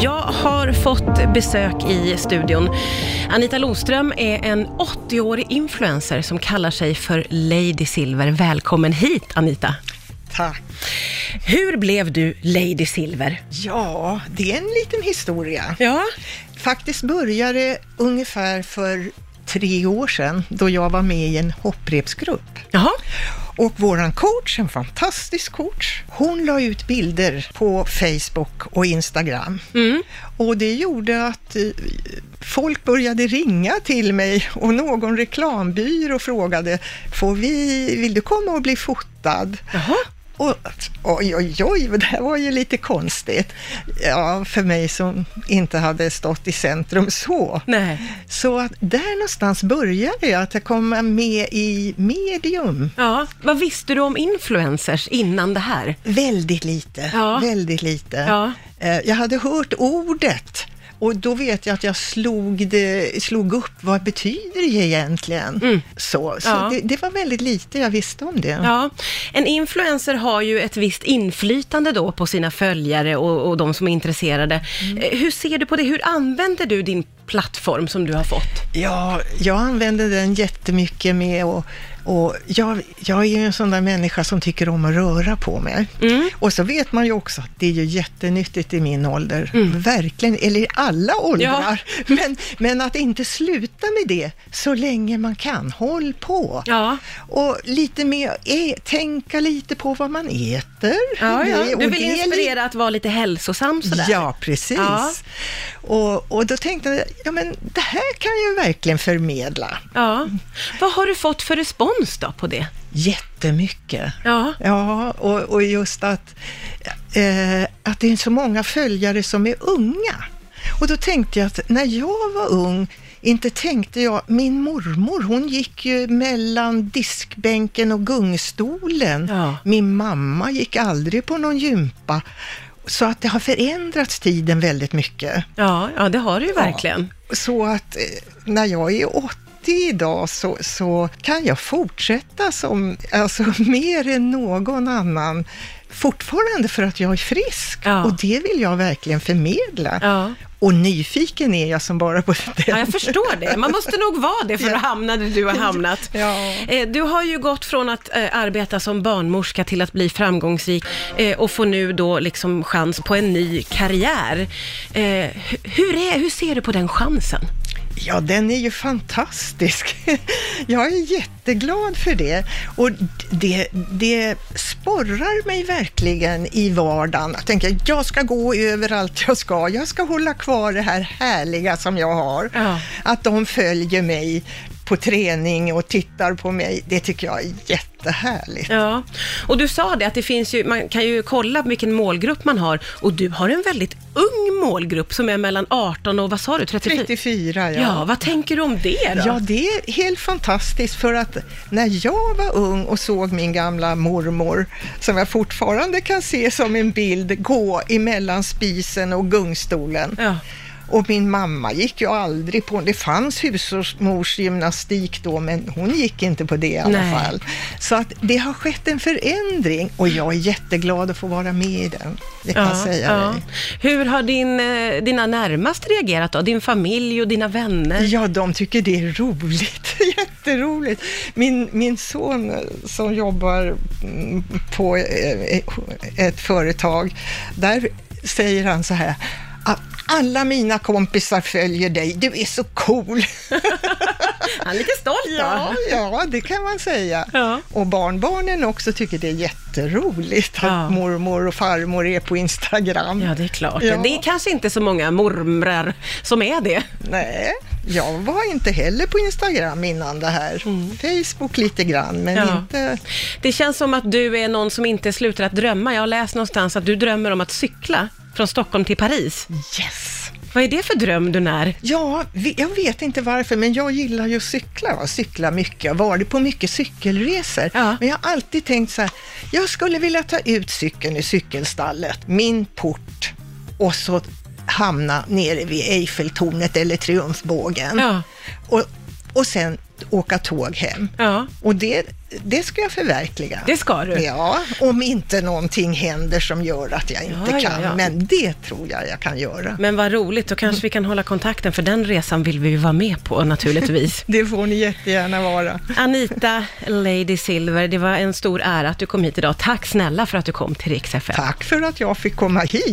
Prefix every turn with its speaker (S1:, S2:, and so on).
S1: Jag har fått besök i studion. Anita Loström är en 80-årig influencer som kallar sig för Lady Silver. Välkommen hit Anita!
S2: Tack.
S1: Hur blev du Lady Silver?
S2: Ja, det är en liten historia.
S1: Ja,
S2: Faktiskt började det ungefär för tre år sedan då jag var med i en hopprepsgrupp.
S1: Jaha.
S2: Och våran coach, en fantastisk coach, hon la ut bilder på Facebook och Instagram. Och det gjorde att eh, folk började ringa till mig och någon reklambyrå frågade, Får vi, vill du komma och bli fotad?
S1: Jaha.
S2: Och, oj, oj, oj, det här var ju lite konstigt. Ja, för mig som inte hade stått i centrum så.
S1: Nej.
S2: Så att där någonstans började jag, att jag kom med i medium.
S1: Ja, vad visste du om influencers innan det här?
S2: Väldigt lite,
S1: Ja.
S2: väldigt lite.
S1: Ja.
S2: Eh, Jag hade hört ordet och då vet jag att jag slog, det, slog upp, vad betyder det egentligen? Så, så
S1: Mm. Ja.
S2: det, det var väldigt lite jag visste om det.
S1: Ja, en influencer har ju ett visst inflytande då på sina följare och, och de som är intresserade. Eh, Hur ser du på det? Hur använder du din plattform som du har fått?
S2: Ja, jag använder den jättemycket med och, och jag, jag är ju en sån där människa som tycker om att röra på mig.
S1: Mm.
S2: Och så vet man ju också att det är ju jättenyttigt i min ålder,
S1: Mm.
S2: verkligen, eller i alla åldrar. Men, men att inte sluta med det så länge man kan, håll på.
S1: Ja.
S2: Och lite mer, ä, tänka lite på vad man äter. Det- och
S1: Du vill
S2: det är lite-
S1: inspirera att vara lite hälsosam sådär?
S2: Ja, precis.
S1: Ja.
S2: Och, och då tänkte jag, ja men det här kan jag ju verkligen förmedla.
S1: ja. Vad har du fått för respons då på det?
S2: Jättemycket.
S1: Ja.
S2: Ja, och, och just att, eh, att det är så många följare som är unga. Och då tänkte jag att när jag var ung, inte tänkte jag, min mormor hon gick ju mellan diskbänken och gungstolen.
S1: Ja.
S2: Min mamma gick aldrig på någon gympa. Så att det har förändrats tiden väldigt mycket.
S1: Ja, ja det har du ju verkligen.
S2: Så att eh, när jag är 80 idag så, så kan jag fortsätta som, alltså mer än någon annan, fortfarande för att jag är frisk.
S1: Ja.
S2: Och det vill jag verkligen förmedla.
S1: Ja.
S2: Och nyfiken är jag som bara på den.
S1: Ja, jag förstår det. Man måste nog vara det för att hamna där du har hamnat.
S2: Ja.
S1: Eh, Du har ju gått från att eh, arbeta som barnmorska till att bli framgångsrik eh, och får nu då liksom chans på en ny karriär. Eh, hu- Hur, är, hur ser du på den chansen?
S2: Ja, den är ju fantastisk. Jag är jätteglad för det. Och det, det sporrar mig verkligen i vardagen. Jag tänker, jag ska gå överallt jag ska. Jag ska hålla kvar det här härliga som jag har.
S1: Ja.
S2: Att de följer mig på träning och tittar på mig, det tycker jag är jättehärligt.
S1: Ja, och du sa det att det finns ju, man kan ju kolla vilken målgrupp man har och du har en väldigt ung målgrupp som är mellan 18 och vad sa du, 34?
S2: 34,
S1: Ja, vad tänker du om det då?
S2: Ja, det är helt fantastiskt för att när jag var ung och såg min gamla mormor, som jag fortfarande kan se som en bild, gå emellan spisen och gungstolen.
S1: Ja.
S2: Och min mamma gick ju aldrig på, det fanns husmorsgymnastik då, men hon gick inte på det i alla
S1: Nej.
S2: fall. Så att det har skett en förändring och jag är jätteglad att få vara med i den, det kan jag säga dig.
S1: Hur har din, eh, dina närmaste reagerat då? Din familj och dina vänner?
S2: Ja, de tycker det är roligt. Jätteroligt. Min, min son eh, som jobbar mm, på eh, ett företag, där säger han så här, "Ah, alla mina kompisar följer dig, du är så cool.
S1: Han är lite stolt
S2: Ja, ja det kan man säga.
S1: Ja.
S2: Och barnbarnen också tycker det är jätteroligt att
S1: Ja.
S2: mormor och farmor är på Instagram.
S1: Ja, det är klart.
S2: Ja.
S1: Det är kanske inte så många mormrar som är det.
S2: Nej, jag var inte heller på Instagram innan det här. Facebook lite grann, men
S1: Mm. Ja.
S2: inte...
S1: Det känns som att du är någon som inte slutar att drömma. Jag har läst någonstans att du drömmer om att cykla från Stockholm till Paris.
S2: Yes!
S1: Vad är det för dröm du när?
S2: Ja, vi- jag vet inte varför, men jag gillar ju att cykla. va. cykla mycket. Jag har varit på mycket cykelresor.
S1: Ja.
S2: Men jag har alltid tänkt så här, jag skulle vilja ta ut cykeln ur cykelstallet, min port, och så hamna nere vid Eiffeltornet eller Triumfbågen.
S1: Ja.
S2: Och, och sen åka tåg hem.
S1: Ja.
S2: Och det det ska jag förverkliga.
S1: Det ska du.
S2: Ja, om inte någonting händer som gör att jag inte
S1: Ja, ja,
S2: kan.
S1: ja.
S2: Men det tror jag jag kan göra.
S1: Men vad roligt, då kanske vi kan hålla kontakten, för den resan vill vi ju vara med på naturligtvis.
S2: Det får ni jättegärna vara.
S1: Anita Lady Silver, det var en stor ära att du kom hit idag. Tack snälla för att du kom till Rix FM.
S2: Tack för att jag fick komma hit.